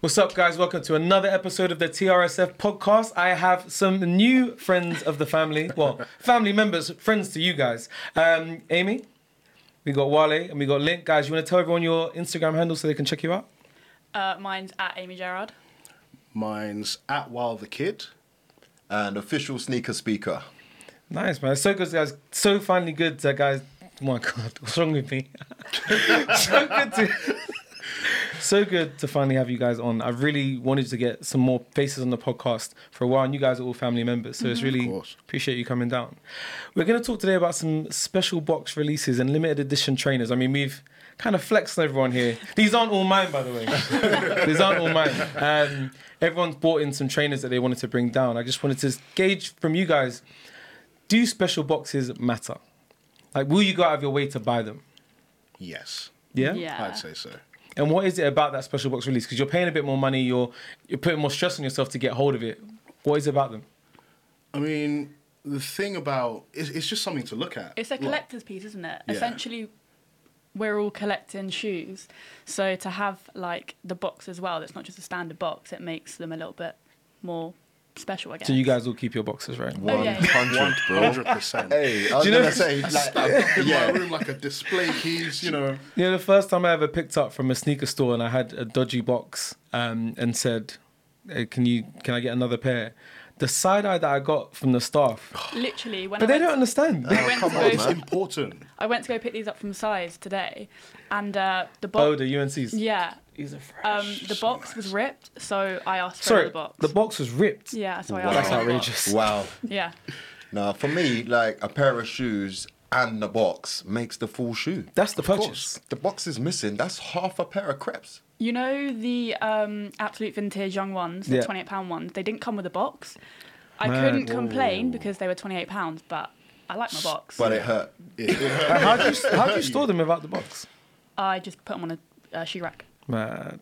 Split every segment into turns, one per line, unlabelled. What's up, guys? Welcome to another episode of the TRSF podcast. I have some new friends of the family. Well, family members, friends to you guys. Um, Amy, we got Wale, and we got Link. Guys, you want to tell everyone your Instagram handle so they can check you out?
Uh, mine's at Amy Gerard.
Mine's at Wild the Kid.
and official sneaker speaker.
Nice, man. So good, guys. So finally good, uh, guys. Oh my God, what's wrong with me? so good to. So good to finally have you guys on. I really wanted to get some more faces on the podcast for a while, and you guys are all family members, so it's really
course.
appreciate you coming down. We're going to talk today about some special box releases and limited edition trainers. I mean, we've kind of flexed on everyone here. These aren't all mine, by the way. These aren't all mine. Um, everyone's bought in some trainers that they wanted to bring down. I just wanted to gauge from you guys do special boxes matter? Like, will you go out of your way to buy them?
Yes,
Yeah.
Yeah.
I'd say so.
And what is it about that special box release? Because you're paying a bit more money, you're you're putting more stress on yourself to get hold of it. What is it about them?
I mean, the thing about it's, it's just something to look at.
It's a
Like,
collector's piece, isn't it?
Yeah.
Essentially, we're all collecting shoes. So to have like the box as well, that's not just a standard box, it makes them a little bit more special, I guess.
So you guys will keep your boxes, right?
Oh, yeah, yeah.
100, bro.
100%.
Hey, I was
you know-
gonna say, like,
In
yeah,
my room, like a display keys, you know.
You know, the first time I ever picked up from a sneaker store and I had a dodgy box um, and said, "Hey, "Can you can I get another pair?" The side eye that I got from the staff,
Literally, when
but
I
they
went
don't understand.
I went,
come
to
on,
go,
It's important.
I went to go pick these up from size today, and uh, the box.
Oh, the UNCs.
yeah,
These are
um, the box was ripped, so I asked for
Sorry,
another box.
the box was ripped.
Yeah, so I
Wow.
asked.
That's
for another box.
outrageous.
wow.
Yeah,
Now, for me, like a pair of shoes and the box makes the full shoe.
That's the
Of course.
purchase.
The box is missing. That's half a pair of crepes.
you know the um, absolute vintage young ones, the
Yeah.
twenty-eight pound ones. They didn't come with a box. I
Man.
couldn't complain because they were twenty-eight pounds, but I like my box.
But it hurt.
How do you how do you store them without the box?
I just put them on a uh, shoe rack.
Mad.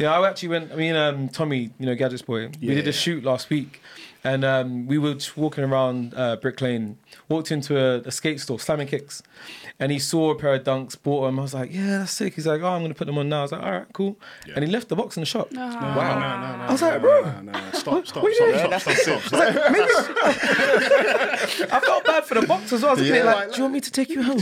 Yeah, I actually went. I mean, um, Tommy, you know, Gadgets Boy. we
Yeah,
did a
yeah.
shoot last week, and um, we were just walking around uh, Brick Lane. Walked into a, a skate store, slamming kicks, and he saw a pair of dunks. Bought them. I was like, "Yeah, that's sick." He's like, "Oh, I'm gonna put them on now." I was like, "All right, cool."
Yeah.
And he left the box in the shop.
Ah.
No, no, no, no.
I was
no,
like,
no,
bro,
No, no, no. Stop, stop,
what are you
stop, stop, stop, stop.
I felt bad for the box as well. I was looking at it
Yeah.
like, "Do you want me to take you home?"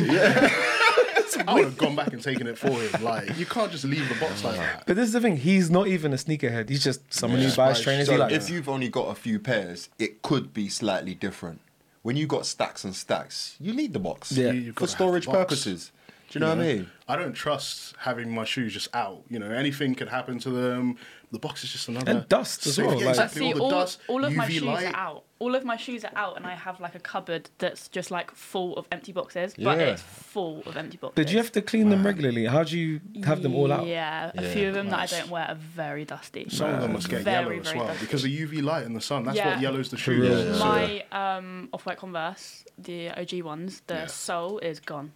I would have gone back and taken it for him. Like, you can't just leave the box like that.
But this is the thing. He's not even a sneakerhead. He's just someone who
Yeah.
buys
So
trainers.
So
he likes.
if you've only got a few pairs, it could be slightly different. When you got stacks and stacks, you need the box
Yeah.
You- you've
for
gotta have the
storage
box.
purposes. Do you know what I mean?
I don't trust having my shoes just out. You know, anything could happen to them. The box is just another
And dust as well,
yeah,
like-
But
exactly.
see,
all the
all,
dust,
all of
UV
my shoes
light.
are out. All of my shoes are out, and I have like a cupboard that's just like full of empty boxes. But
Yeah.
it's full of empty boxes.
Did you have to clean them regularly? How do you have them all out?
Yeah, a
Yeah,
few of them
nice.
that I don't wear are very dusty.
Some of them must get
Very,
yellow as
very
well
dusty.
because the UV light in the sun. That's
Yeah.
what yellows the
True.
shoes.
Yeah.
My um, off-white Converse, the OG ones, the
Yeah.
sole is gone.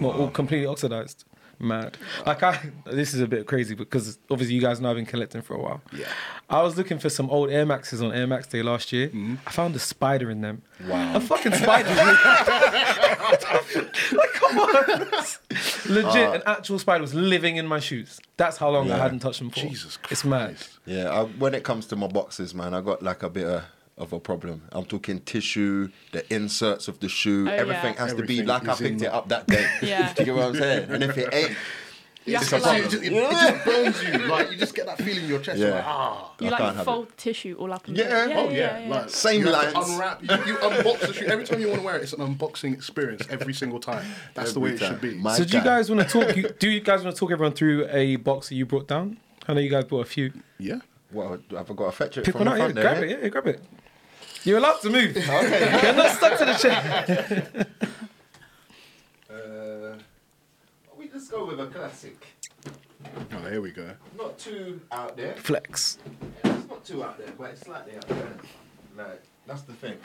Well, all completely oxidized. Mad. Like I, this is a bit crazy because obviously you guys know I've been collecting for a while.
Yeah.
I was looking for some old Air Maxes on Air Max Day last year. I found a spider in them.
Wow.
A fucking spider. like, come on. Legit, an actual spider was living in my shoes. That's how long I
Yeah.
hadn't touched them for.
Jesus Christ.
It's mad.
Yeah, I, when it comes to my boxes, man, I got like a bit of, of a problem. I'm talking tissue, the inserts of the shoe,
Oh,
everything
yeah.
has to
Everything
be like I
is in
picked it
there.
up that day.
Yeah.
Do you get what I'm saying? And if it ain't,
You
It's
have to
a
like,
problem.
It, just burns you. Like you just get that feeling in your chest.
Yeah.
You're like, ah.
you
I can't
like
have
fold tissue all up. And
Yeah,
down.
oh yeah, Like,
Same
you have to
lines.
Unwrap. You, you unbox the shoe every time you want to wear it. It's an unboxing experience every single time. That's the way
Every
it should
time.
be.
My-
So do you
guy.
guys want to talk? You, do you guys want to talk everyone through a box that you brought down? I know you guys brought a few.
yeah.
well, have I got to fetch it
Pick
from
one
the
out, yeah,
front
grab
there? eh?
it, yeah, grab it. You're allowed to move. You're not stuck to the chair.
Uh, we just go with a classic.
Oh, here we go.
Not too out there.
Flex.
It's not too out there, but it's slightly out there. Like, that's the thing.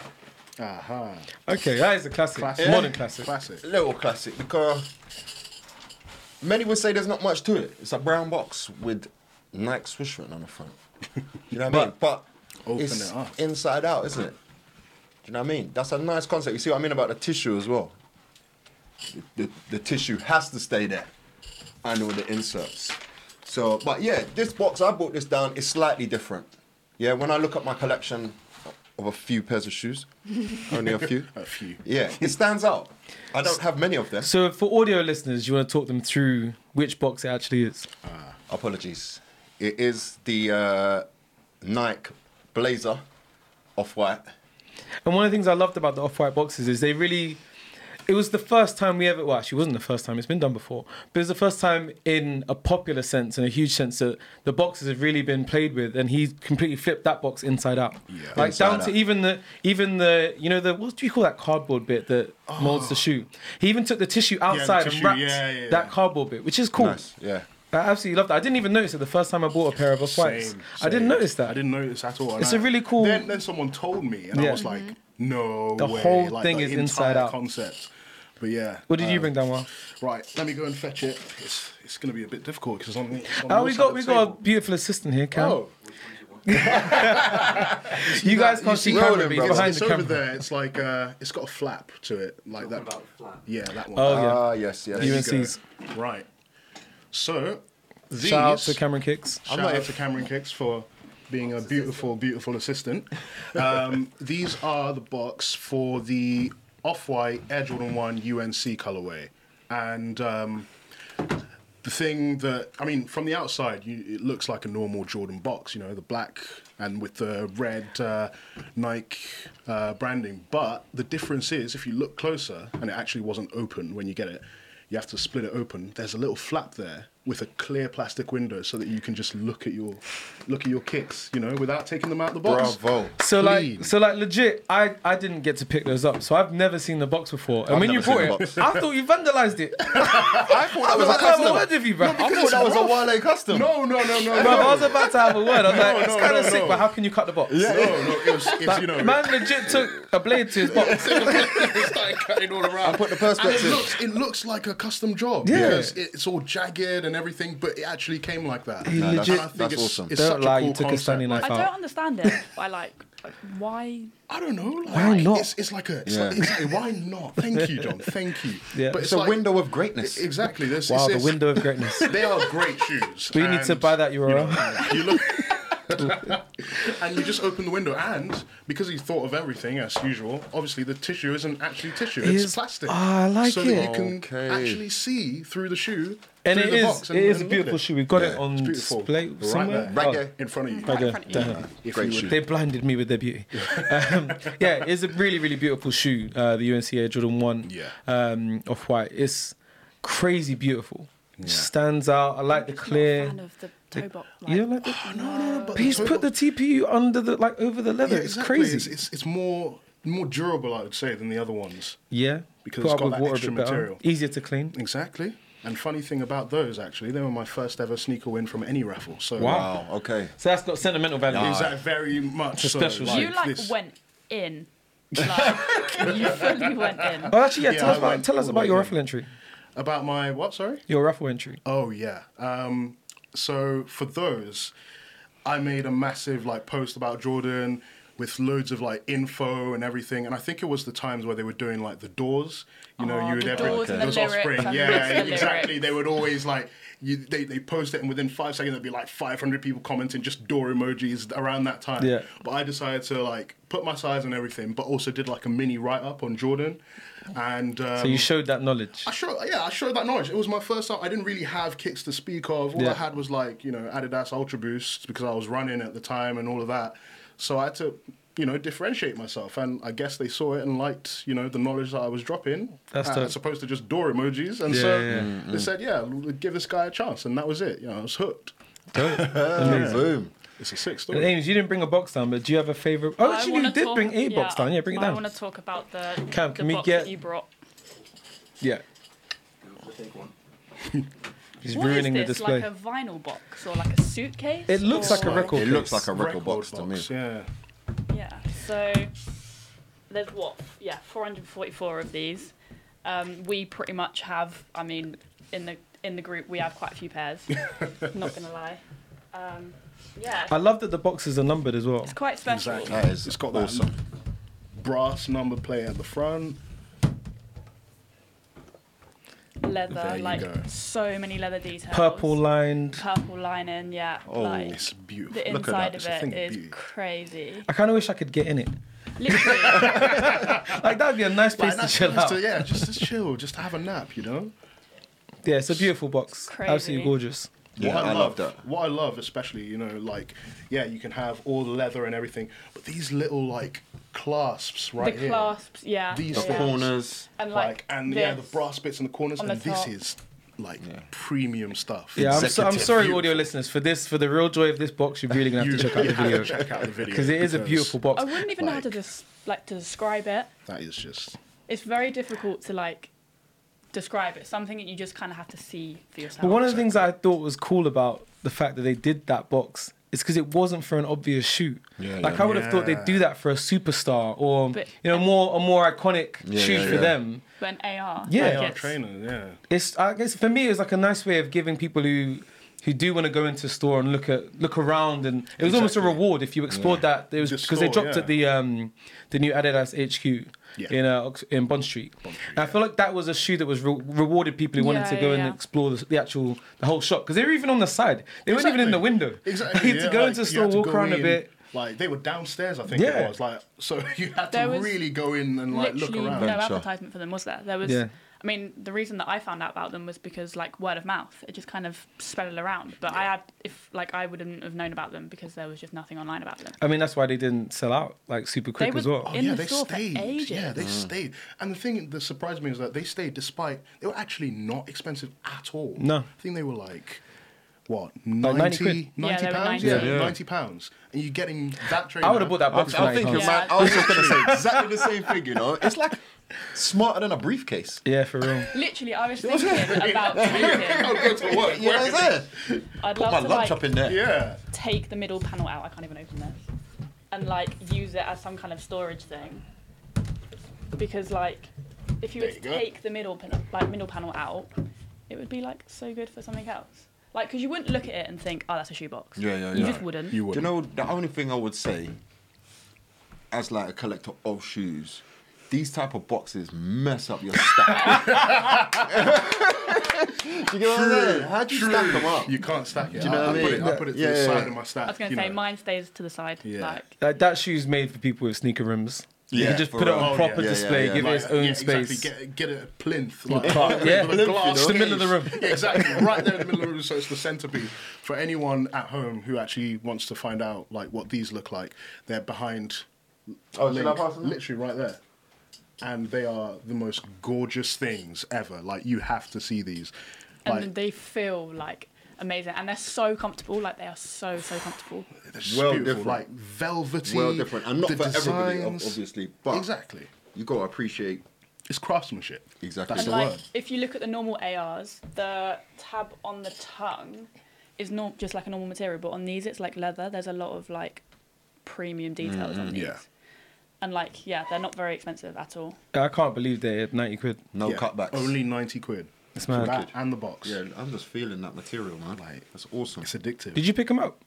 Aha.
Okay, that is a classic.
Classic.
Modern classic.
Classic.
little classic because many would say there's not much to it. It's a brown box with Nike swoosh written on the front. You know what I mean? But
Open
it's
it up.
inside out, isn't it? Do you know what I mean? That's a nice concept. You see what I mean about the tissue as well. The, the, the tissue has to stay there, and all the inserts. So, but yeah, this box I brought this down is slightly different. Yeah, when I look at my collection of a few pairs of shoes, only a few.
A few.
Yeah, it stands out. I don't have many of them.
So for audio listeners, you want to talk them through which box it actually is.
Apologies. It is the uh, Nike Blazer off white.
And one of the things I loved about the off-white boxes is they really. It was the first time we ever. Well, actually, it wasn't the first time. It's been done before, but it's the first time in a popular sense and a huge sense that the boxes have really been played with, and he completely flipped that box inside out.
Yeah.
Like
Inside
down
out.
to even the even the you know the what do you call that cardboard bit that molds the shoe? He even took the tissue outside
Oh. tissue,
and wrapped
yeah, yeah,
that
yeah.
cardboard bit, which is cool.
Nice. Yeah.
I absolutely loved that. I didn't even notice it the first time I bought a pair of off whites.
Same,
I didn't
same.
notice that.
I didn't notice at all. and
It's
I-
a really cool-
Then, then someone told me, and
Yeah.
I was like, no.
The
way.
whole
like,
thing
the
is inside
entire
out.
Concept. But yeah.
What did you
uh,
bring down, Well?
Right, let me go and fetch it. It's it's gonna be a bit difficult because on. it's on
Oh,
your
we
side
got
of
we
the
got a
table.
beautiful assistant here, Cam.
Oh,
you guys can't see
you see
camera,
Roland,
but he's
bro.
it's,
behind
it's
the
over
camera.
there. It's like uh, it's got a flap to it, like that. Yeah, that one.
Oh, yeah.
Ah, yes, yes.
There you go.
UNC's.
Right. So these.
Shout out to Cameron Kicks.
Shout
I'm not
out
here
to Cameron Kicks for being a beautiful, beautiful assistant. Um, these are the box for the off-white Air Jordan One UNC colorway, and um, the thing that I mean, from the outside, you, it looks like a normal Jordan box. You know, the black and with the red uh, Nike uh, branding. But the difference is, if you look closer, and it actually wasn't open when you get it, you have to split it open. There's a little flap there with a clear plastic window, so that you can just look at your look at your kicks. You know, without taking them out of the box.
Bravo.
So
Clean.
like, so like, legit. I, I didn't get to pick those up, so I've never seen the box before. And
I've
when you
never seen
bought
the
it, I thought you vandalized it. I
I thought that was
was gonna
a
have a
custom.
word with you, bro.
I thought that was a Wale custom.
No, no, no, no,
Bro, I
no.
was about to have a word. I was like,
No,
it's
no,
kind of
no,
sick,
no.
but how can you cut the box?
No, no, it's, it's you know,
Man legit took a blade to his box.
it's like cutting all around.
I put the
And it
perspective.
looks, it looks like a custom job
Yeah.
because it- it's all jagged and everything, but it actually came like that.
He No, that's- legit-
And I think
that's
it's,
awesome.
It's
Don't
such
lie,
a cool
you took a
concept.
standing
I
knife
don't
out.
understand it. I like, why?
I don't know. Like,
Why not?
It's, it's like a. It's
Yeah.
like, exactly. Why not? Thank you, John. Thank you.
Yeah.
It's a
like-
window of greatness.
Exactly. This.
Wow,
it's,
the
it's-
window of greatness.
They are great shoes.
We need to
and-
buy that URL.
you look and you just open the window and because he thought of everything as usual obviously the tissue isn't actually tissue it's
Is-
plastic
Ah, I like
so
it.
that you can
Okay.
actually see through the shoe
And
through
it
the
is, it
box and,
is
and
a
look
beautiful
at it.
shoe. We got it
Yeah,
on
it's beautiful
display
right
somewhere.
there
Right
Oh,
there.
in front of you
Okay,
front of you.
don't know.
if
Great
you
shoe.
would-
They blinded me with their beauty. um, yeah, it's a really, really beautiful shoe. Uh, the UNC Air Jordan One.
Yeah.
Um, off white. It's crazy beautiful. Stands out. I like the clear.
Not a fan of the toe box. Like,
you don't like the?
Oh, no no no but
But he's
toe
put the
box-
TPU under the like over the leather.
yeah,
it's
exactly.
crazy.
it's, it's, it's more more durable i would say than the other ones
yeah.
because
Put
it's
up
got
with
that
water a
extra
bit better.
material.
Easier to clean.
exactly and funny thing about those actually they were my first ever sneaker win from any raffle so
Wow.
Wow. Okay.
So that's got sentimental value.
Is that very
It's
much
a
so,
special
like
you like
this.
went in. Like, you fully went in.
Oh, actually, yeah.
Yeah,
tell us
I
about,
went
tell us
all
about
the
your
way
raffle entry.
About my what? Sorry.
Your raffle entry.
Oh yeah. Um, so for those, I made a massive like post about Jordan with loads of like info and everything, and I think it was the times where they were doing like the doors. You know,
Oh,
you would
the
ever
Doors and
it
the
was
lyrics
offspring.
and
yeah,
the lyrics.
exactly. They would always like you. They they post it, and within five seconds there'd be like 500 people commenting just door emojis around that time.
Yeah.
But I decided to like put my size and everything, but also did like a mini write up on Jordan, and um,
So you showed that knowledge.
I showed, yeah, I showed that knowledge. It was my first time. I didn't really have kicks to speak of. All
Yeah.
I had was like, you know, Adidas Ultra Boost because I was running at the time and all of that. So I had to, you know, differentiate myself. And I guess they saw it and liked, you know, the knowledge that I was dropping
That's
uh,
dope.
as opposed to just door emojis. And
Yeah,
so
yeah, yeah.
they said, yeah, l- give this guy a chance. And that was it. You know, I was hooked.
Boom.
It's a six
And
story.
Ames, you didn't bring a box down, but do you have a favorite? Oh,
I
actually,
wanna
you did
talk-
bring a box down. Yeah, bring it
I
down.
want to talk about the,
Cam,
the
can we
box
get-
that you brought.
Yeah. He's
What is
ruining the
this?
display.
Like a vinyl box or like a suitcase?
It looks
or...
like a record.
It looks like a record,
Record
box, to me.
Yeah.
Yeah. So there's what? Yeah, 444 of these. Um, we pretty much have. I mean, in the in the group, we have quite a few pairs. not gonna lie. Um, yeah.
I love that the boxes are numbered as well.
it's quite special.
Exactly.
That is
it's got that
awesome.
brass number plate at the front.
leather,
There you
like
go.
so many leather details.
Purple lined.
purple lining, yeah.
Oh,
like,
It's beautiful.
the
Look at that.
inside
It's
of
a thing
it
of
is
beauty.
crazy.
I kind of wish I could get in it.
Literally,
Like that'd be a nice place
Like, that's
to chill
just
out.
to- yeah, just to chill, just to have a nap, you know.
Yeah, it's a beautiful box.
Crazy.
Absolutely gorgeous.
Yeah, I love that.
What I love, especially, you know, like, yeah, you can have all the leather and everything, but these little like clasps right
the
here,
clasps, yeah.
These
yeah.
The corners.
and
like,
like,
and yeah, the
this.
brass bits in the corners,
on the
and this
top.
is like premium stuff.
Yeah, I'm, so, I'm
Executive
sorry,
view.
audio listeners, for this, for the real joy of this box, you're really gonna have to check out the video
Check out the video
because it is a
because
beautiful box.
I wouldn't even know how to
like-
des- like to describe it.
That is just
It's very difficult to like describe it. Something that you just kind of have to see for yourself.
But one of the things I thought was cool about the fact that they did that box is because it wasn't for an obvious shoot.
Yeah,
like
yeah.
I would have thought they'd do that for a superstar or
But-
you know more a more iconic
Yeah,
shoot
yeah,
for
yeah.
them.
but an AR.
Yeah.
like
AR
it's-
trainer. Yeah,
It's I guess for me it was like a nice way of giving people who who do want to go into a store and look at look around and it was almost a
Exactly.
reward if you explored that. It was
The
because they
store,
dropped
yeah.
at the um the new Adidas HQ.
Yeah.
In uh, Ox- in Bond Street,
Street,
and I feel like that was a shoe that was re- rewarded people who wanted
Yeah,
to go
yeah,
and
yeah.
explore the, the actual the whole shop because they were even on the side. They weren't even in the window.
Exactly.
They had
yeah,
to go
like,
into
you
the store,
had to
walk
go
around a
in,
bit.
Like they were downstairs, I think
Yeah.
it was. Like so, you had
There
to
was
really go in and like look
literally
around.
no
Venture.
advertisement for them was there there was
Yeah.
i mean the reason that i found out about them was because like word of mouth it just kind of spread it around but i had if like i wouldn't have known about them because there was just nothing online about them
I mean, that's why they didn't sell out like super quick
were
as well.
in- the store for ages.
Yeah, they Oh, stayed. And the thing that surprised me is that they stayed despite they were actually not expensive at all.
No.
I think they were like what 90,
90 quid.
90
Yeah, they were
pounds?
90.
Yeah,
Yeah.
90 pounds. And you're getting that trainer.
I would have bought that box. for
I'm thinking,
90 pounds.
man, I was just gonna say exactly the same thing, you know? It's like smarter than a briefcase.
yeah, for real.
literally i was thinking about taking
Go to work.
You know what I'm saying?
i'd
Put my
love to
lunch
like
up in there.
Yeah.
take the middle panel out i can't even open this and like use it as some kind of storage thing because like if you
There
were to
you go.
take the middle pan- like middle panel out it would be like so good for something else like because you wouldn't look at it and think oh that's a shoebox
Yeah, yeah,
you
yeah.
just wouldn't
You
Do you
would.
know the only thing I would say, as like a collector of shoes, these type of boxes mess up your stack. Do you get what I'm saying? How do you stack them up?
You can't stack it.
Do you know
I,
what I
I put it,
mean?
I put it to
Yeah,
the
yeah,
side
yeah.
of my stack.
I was going to
you
say
know.
mine stays to the side.
Yeah.
Like
Like that shoe's made for people with sneaker rims. you
Yeah,
can just
for
put it
real.
on
Oh,
proper
yeah, yeah,
display,
yeah.
give
Like,
it its own
yeah,
space.
Exactly. Get, get a plinth. Like,
park, yeah.
with a
Plinth,
glass
you know? The middle of the
case.
room.
Yeah, exactly. right there in the middle of the room. So it's the centerpiece. For anyone at home who actually wants to find out like what these look like, they're behind.
Oh,
a
should I
link,
pass them?
Literally right there. And they are the most gorgeous things ever. Like you have to see these.
and
Like
they feel like amazing, and they're so comfortable. Like they are so so comfortable.
they're just
well
beautiful.
different.
Like velvety.
Well, different, and not
the
for everybody, ob-
designs.
obviously. But
exactly.
you gotta appreciate.
It's craftsmanship.
Exactly.
That's
and
the
like
word.
if you look at the normal ARs, the tab on the tongue is not just like a normal material, but on these it's like leather. There's a lot of like premium details on these.
Mm-hmm. yeah.
And like yeah, they're not very expensive at all.
I can't believe they're at 90 quid.
No
Yeah,
cutbacks.
Only ninety quid.
It's
For
mad.
that and the box.
Yeah, I'm just feeling that material, man. Like that's awesome.
It's addictive.
Did you pick them up?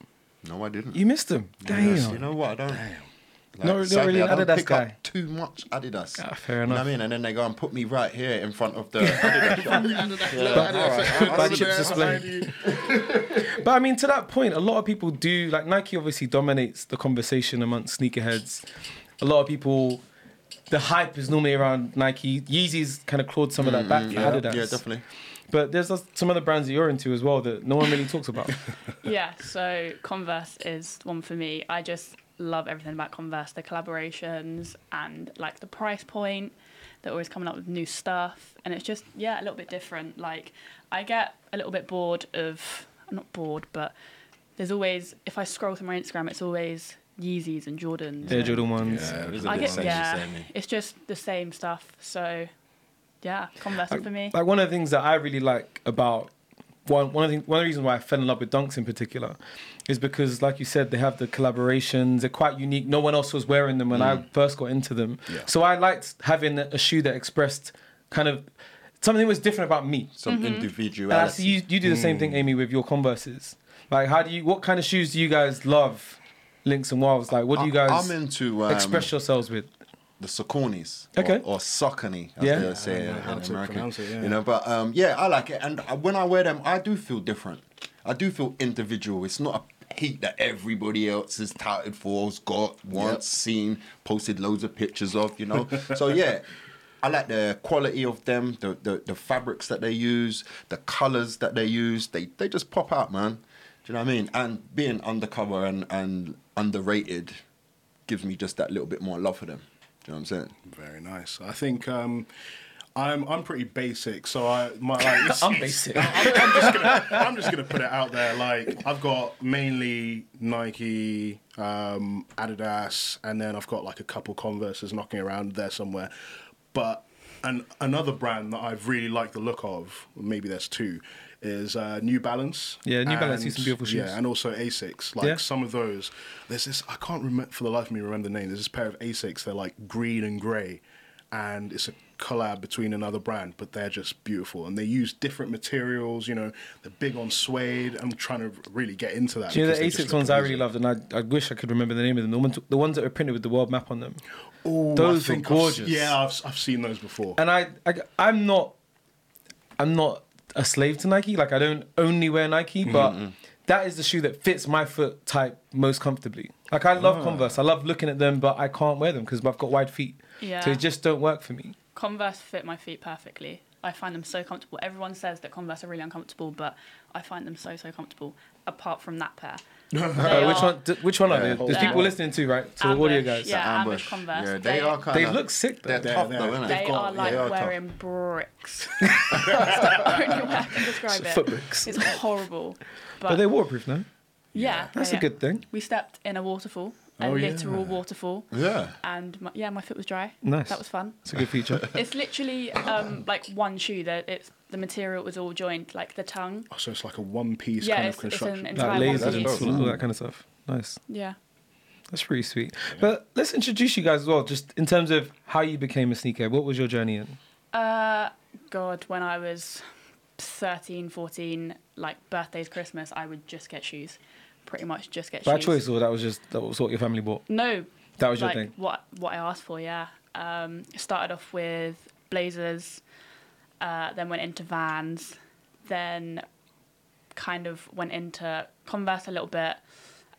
No, I didn't.
You missed them. Damn.
Yes, you know what? I don't. Like,
Not- not
sadly,
really
I
an
don't
Adidas
pick
guy.
up too much Adidas.
Ah, fair
You know what
enough.
I mean, and then they go and put me right here in front of the Adidas shop.
But- Bad chips display. But I mean, to that point, a lot of people do like Nike. Obviously, dominates the conversation amongst sneakerheads. A lot of people, the hype is normally around Nike. Yeezy's kind of clawed some of that back for
Mm, Yeah,
Adidas.
yeah, definitely.
But there's uh, some other brands that you're into as well that no one really talks about.
yeah, so Converse is one for me. I just love everything about Converse, the collaborations and like the price point. They're always coming up with new stuff, and it's just yeah, a little bit different. Like I get a little bit bored of I'm not bored, but there's always if I scroll through my Instagram, it's always Yeezys and Jordans.
Air
and
Jordan ones.
it is
I
bit
get
sexy,
yeah,
sexy.
it's just the same stuff. So yeah, Converse for me.
Like one of the things that I really like about one one of the, one of the reasons why I fell in love with Dunks in particular is because, like you said, they have the collaborations. They're quite unique. No one else was wearing them when I
Mm.
first got into them.
Yeah.
So I liked having a shoe that expressed kind of something that was different about me.
Some
And
Mm-hmm.
I see
individuality.
you, you do the same
Mm.
thing, Amy, with your Converses. Like, how do you? What kind of shoes do you guys love? Links and Wilds. Like, what do you
I-
guys
I'm into um,
express yourselves with?
the Socornis
Okay.
or, or Socony, as
Yeah.
they would say
Yeah, I don't know
in
how to
America.
pronounce it, yeah.
You know, but um, yeah, I like it, and I- when I wear them, I do feel different. I do feel individual. It's not a heat that everybody else is touted for, has got, wants, seen, posted loads of pictures of. You know, so yeah. I like the quality of them, the, the the fabrics that they use, the colors that they use. They they just pop out, man. Do you know what I mean? And being undercover and, and underrated gives me just that little bit more love for them. Do you know what I'm saying?
Very nice. I think um, I'm I'm pretty basic, so I my like,
I'm basic.
I'm, I'm just gonna I'm just gonna put it out there. Like I've got mainly Nike, um, Adidas, and then I've got like a couple Converse's knocking around there somewhere. But and another brand that I've really liked the look of, maybe there's two, is uh, New Balance.
Yeah, New Balance do
and-
some beautiful shoes.
Yeah, and also Asics. Like
Yeah.
some of those, there's this I can't remember for the life of me remember the name. There's this pair of Asics. They're like green and grey, and it's a collab between another brand, but they're just beautiful. And they use different materials. You know, they're big on suede. I'm trying to really get into that.
Do you know
because
the
they just
Asics
look
ones I really
amazing.
loved, and I, I wish I could remember the name of them. The ones, the ones that were printed with the world map on them.
Ooh, I
Those were
think I've s-
gorgeous.
yeah, I've, I've seen those before.
And I, I, I'm not, I'm not a slave to Nike. Like I don't only wear Nike, but that is the shoe that fits my foot type most comfortably. Like I love Converse. I love looking at them, but I can't wear them because I've got wide feet. So
Yeah.
it just don't work for me.
Converse fit my feet perfectly. I find them so comfortable. Everyone says that Converse are really uncomfortable, but I find them so so comfortable. Apart from that pair, They
Uh, which
are
one? d- Which one are
Yeah,
they?
hold
There's
on.
people listening to right to the audio
ambush-
guys.
Yeah, ambush
Ambush.
Converse.
Yeah, they are kind
They
of.
look sick though.
They're,
They're-
tough
they're-
though, innit?
They are
Yeah,
like
they are tough.
wearing bricks. That's the only way I can describe it.
Foot bricks.
It's horrible. But, Oh,
But they're waterproof now.
yeah,
That's
they
a
are.
good thing.
We stepped in a waterfall, a
Oh, yeah.
literal waterfall,
Yeah.
and my, yeah, my foot was dry.
Nice.
That was fun.
It's a good feature.
It's literally um, like one shoe that it's the material was all joined, like the tongue.
Oh, so it's like a one-piece
yeah,
kind
it's,
of
it's an
construction.
like
entire
lasers,
one
and
piece.
dope.
all that kind of stuff. Nice.
Yeah.
That's pretty sweet. But let's introduce you guys as well, just in terms of how you became a sneakerhead. What was your journey in?
Uh, God, when I was 13, 14, like birthdays, Christmas, I would just get shoes. Pretty much just get
By
shoes.
choice, or that was just that was what your family bought?
No.
That was your
like,
thing.
What what I asked for, yeah. Um, started off with blazers, uh, then went into Vans, then kind of went into Converse a little bit.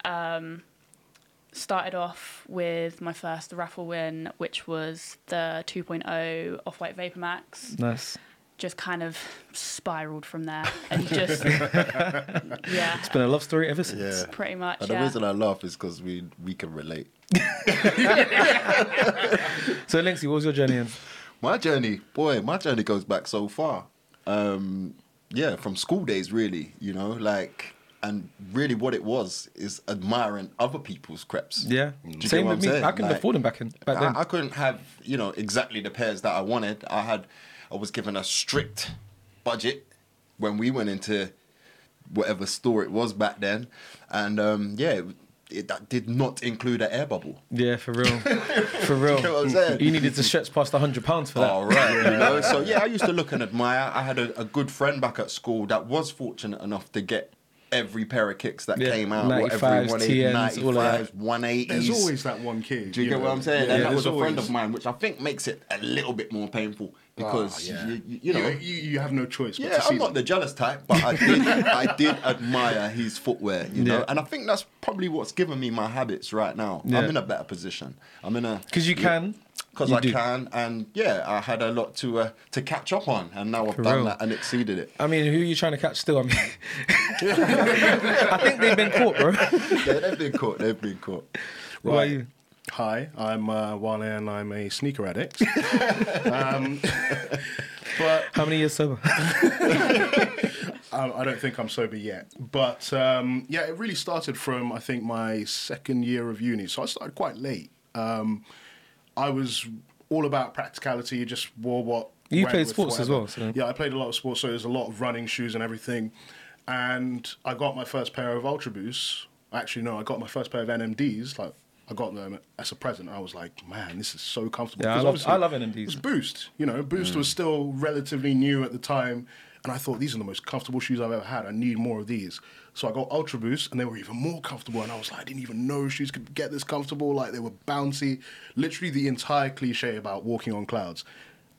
Um, started off with my first raffle win, which was the 2.0 Off White Vapor Max.
Nice.
Just kind of spiraled from there and just yeah,
It's been a love story ever since.
Yeah.
pretty much.
And the
yeah.
reason I laugh is because we we can relate.
So, Linksy, what was your journey in?
My journey, boy, my journey goes back so far. Um, yeah, from school days, really. You know, like, and really, what it was is admiring other people's creps.
Yeah. Same
you get what
with
I'm
me.
saying?
I couldn't
Like-
afford them back in back then.
I, I couldn't have you know exactly the pairs that I wanted. I had I was given a strict budget when we went into whatever store it was back then, and um, yeah, it, it, that did not include an air bubble.
yeah, for real. for real.
You know what I'm saying? Oh.
You needed to stretch past hundred pounds for that.
All right, you know. So yeah, I used to look and admire. I had a, a good friend back at school that was fortunate enough to get every pair of kicks that
Yeah,
came out, whatever
95s,
he wanted,
TNs, all of that.
95s, 180s.
There's always that one kid.
Do you,
you
get
know?
what I'm saying?
Yeah,
and that was a
there's
friend
always-
of mine, which I think makes it a little bit more painful because
Ah, yeah.
you, you, you know.
you, you, you have no choice. But
yeah,
to see
I'm not
them.
the jealous type, but I did, I did admire his footwear, you know,
Yeah.
and I think that's probably what's given me my habits right now.
Yeah.
I'm in a better position. I'm in a
'Cause you can.
because
You
I
do.
can, and yeah, I had a lot to uh, to catch up on, and now I've
For
done
real.
that and exceeded it.
I mean, who are you trying to catch still? I mean, I think they've been caught, bro.
yeah, they've been caught. They've been caught.
What about
Right.
you?
Hi, I'm uh, Wale and I'm a sneaker addict. um, but
How many years sober?
I, I don't think I'm sober yet. But um, yeah, it really started from, I think, my second year of uni. So I started quite late. Um, I was all about practicality, you just wore what.
You
went
played
with
sports as
whatever.
well, so-
Yeah, I played a lot of sports, so there's a lot of running shoes and everything. And I got my first pair of Ultra Boosts. Actually, no, I got my first pair of NMDs. Like, I got them as a present. I was like, man, this is so comfortable.
Yeah, I
Because
love-
obviously
I love
It
NMDs.
was Boost. You know, Boost was still relatively new at the time, And I thought, these are the most comfortable shoes I've ever had. I need more of these. So I got Ultra Boost and they were even more comfortable. And I was like, I didn't even know shoes could get this comfortable. Like they were bouncy. Literally the entire cliche about walking on clouds.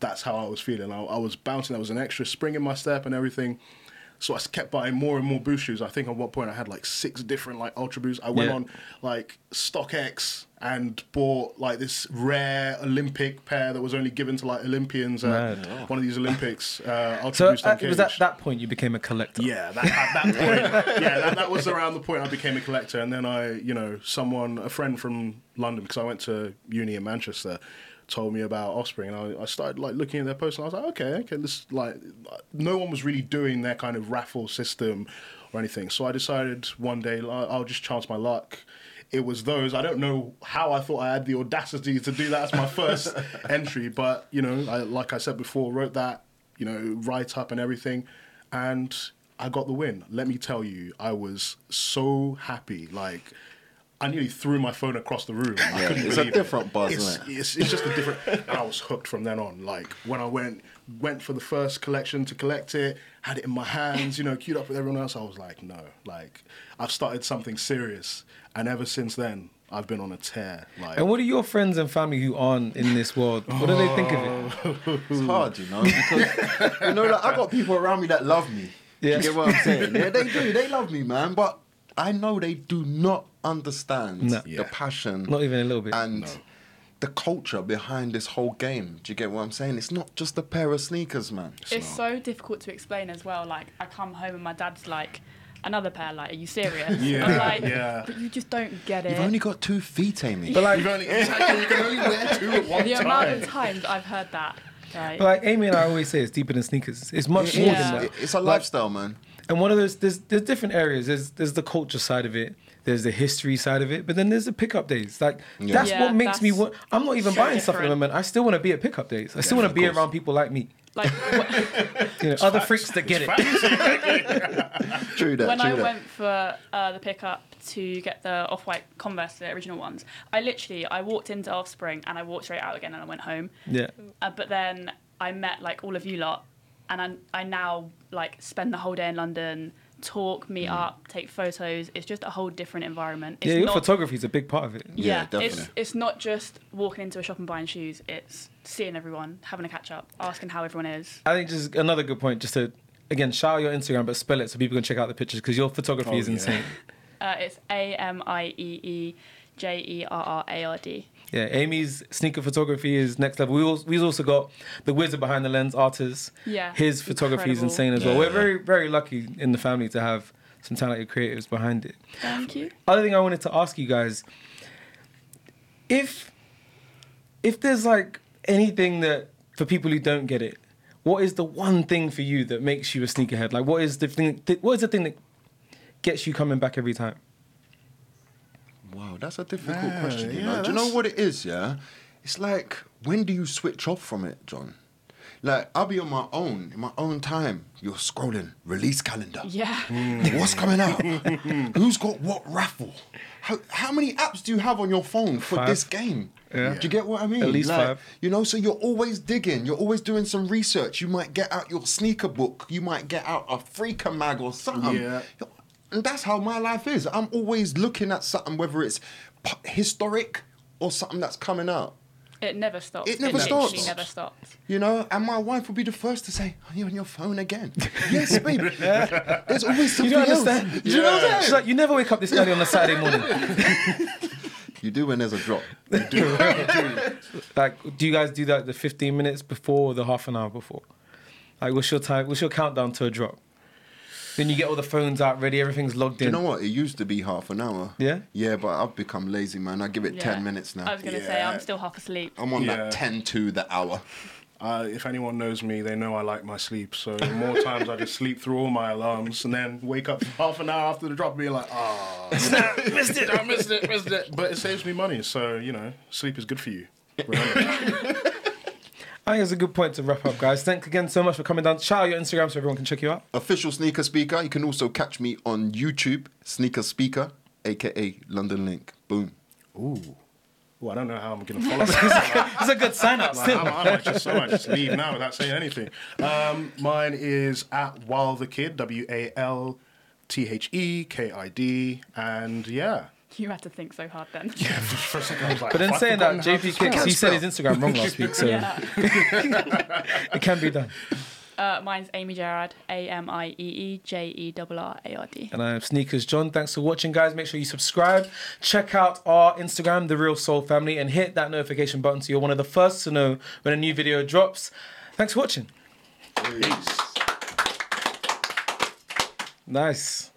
That's how I was feeling. I, I was bouncing. There was an extra spring in my step and everything. So I s- kept buying more and more boost shoes. I think at one point I had like six different like Ultra Boosts. I went
Yeah.
on like StockX and bought like this rare Olympic pair that was only given to like Olympians at one of these Olympics. Uh, Ultra
So
Boost
uh,
on
it was
cage.
at that point you became a collector.
Yeah, that, at that point. yeah, that, that was around the point I became a collector. And then I, you know, someone, a friend from London, because I went to uni in Manchester, told me about Offspring. And I, I started, like, looking at their posts and I was like, okay, okay, this, like, no one was really doing their kind of raffle system or anything. So I decided one day, like, I'll just chance my luck. It was those. I don't know how I thought I had the audacity to do that as my first entry, but you know, I, like I said before, wrote that you know, write up and everything. And I got the win. Let me tell you, I was so happy. Like, I nearly threw my phone across the room. I
Yeah,
couldn't
it's a
believe
different
it.
buzz,
It's,
isn't
it's, it's just a different. And I was hooked from then on. Like when I went went for the first collection to collect it, had it in my hands, you know, queued up with everyone else. I was like, no, like I've started something serious. And ever since then, I've been on a tear. Like
And what do your friends and family who aren't in this world? What do they think of it?
Oh. It's
Mm.
hard, you know, because you know, like I got people around me that love me.
Yeah.
You get what I'm saying? Yeah, they do. They love me, man. But I know they do not understand
No.
the
Yeah.
passion.
Not even a little bit.
And the culture behind this whole game. Do you get what I'm saying? It's not just a pair of sneakers, man.
It's so difficult to explain as well. Like, I come home and my dad's like, another pair, like, are you serious?
Yeah,
I'm like,
yeah.
but you just don't get it.
You've only got two feet, Amy.
but like,
you've only exactly, you can only wear two at one
the amount
time.
of times I've heard that, right?
but like Amy and I always say, it's deeper than sneakers. It's much more
Yeah.
than that.
It- It's a
Like,
lifestyle, man.
And one of those, there's there's different areas. There's there's the culture side of it. There's the history side of it. But then there's the pickup days. Like that's
Yeah,
what makes me
that's
want. I'm not even
so
buying stuff at the
different.
moment. I still want to be at pickup days. I still want to
of
be
course.
around people like me.
like, wh-
You know, other freaks that get it.
True that.
when
true
I
that.
went for uh, the pickup to get the off-white Converse, the original ones, I literally I walked into Offspring and I walked straight out again and I went home.
Yeah.
Uh, but then I met like all of you lot, and I, I now like spend the whole day in London, talk, meet
Mm.
up, take photos. It's just a whole different environment. It's
yeah, your
not,
photography is a big part of it.
Yeah,
It's,
definitely.
it's not just walking into a shop and buying shoes. It's seeing everyone, having a catch up, asking how everyone is.
I think just another good point, just to again shout out your Instagram, but spell it so people can check out the pictures because your photography
Oh,
is
yeah.
insane.
Uh, it's A M I E E J E R R A R D.
Yeah, Amy's sneaker photography is next level. We also, we've also got the wizard behind the lens, artist.
Yeah,
his photography is
incredible.
insane as well.
Yeah.
We're very very lucky in the family to have some talented creatives behind it.
Thank you.
Other thing I wanted to ask you guys, if if there's like anything that for people who don't get it, what is the one thing for you that makes you a sneakerhead? Like, what is the thing? Th- what is the thing that gets you coming back every time?
Wow, that's a difficult
Yeah,
question. You
yeah,
know, do you know
that's-
what it is? Yeah, it's like when do you switch off from it, John? Like I'll be on my own in my own time. You're scrolling release calendar.
Yeah.
Mm. What's coming out? Who's got what raffle? How, how many apps do you have on your phone for
Five.
this game?
Yeah.
Do you get what I mean?
At least
Like,
five.
You know, so you're always digging. You're always doing some research. You might get out your sneaker book. You might get out a freaker mag or something.
Yeah.
And that's how my life is. I'm always looking at something, whether it's p- historic or something that's coming out.
It never stops.
It never
literally
stops.
never stops.
You know, and my wife will be the first to say, "Are you on your phone again?" yes, babe. There's always
You
something
don't
else.
understand.
Do you know what I'm saying?
She's like, you never wake up this early on a Saturday morning.
You do when there's a drop.
like, do you guys do that the 15 minutes before or the half an hour before? Like, what's your time? What's your countdown to a drop? Then you get all the phones out ready. Everything's logged
Do
in.
you know what? It used to be half an hour.
Yeah?
Yeah, but I've become lazy, man. I give it
Yeah.
10 minutes
I
now.
was gonna say
Yeah.
I'm still half asleep.
I'm on
Yeah.
that 10 to the hour.
Uh, if anyone knows me, they know I like my sleep. So more times I just sleep through all my alarms and then wake up half an hour after the drop and be like, ah, missed it, I missed it, missed it. But it saves me money, so you know, sleep is good for you. Remember.
I think it's a good point to wrap up, guys. Thank again so much for coming down. Shout out your Instagram so everyone can check you out.
Official sneaker speaker. You can also catch me on YouTube, Sneaker Speaker, aka London Link. Boom.
Ooh, Well, I don't know how I'm going to follow that.
It's a good sign up
Like, I,
still.
might- I might just, I might just leave now without saying anything. Um, mine is at While the Kid, W A L T H E K I D. And yeah.
You had to think so hard then.
For a second, I was like,
But in
"Fuck,
saying that,
I've forgotten how
JP
to
Kicks, he
spell."
said his Instagram wrong last week, so
Yeah.
it can be done.
Uh, mine's Amy Gerard, A M I E E J E R R A R D.
And I am Sneakers John. Thanks for watching, guys. Make sure you subscribe. Check out our Instagram, The Real Soul Family, and hit that notification button so you're one of the first to know when a new video drops. Thanks for watching.
Peace.
Nice.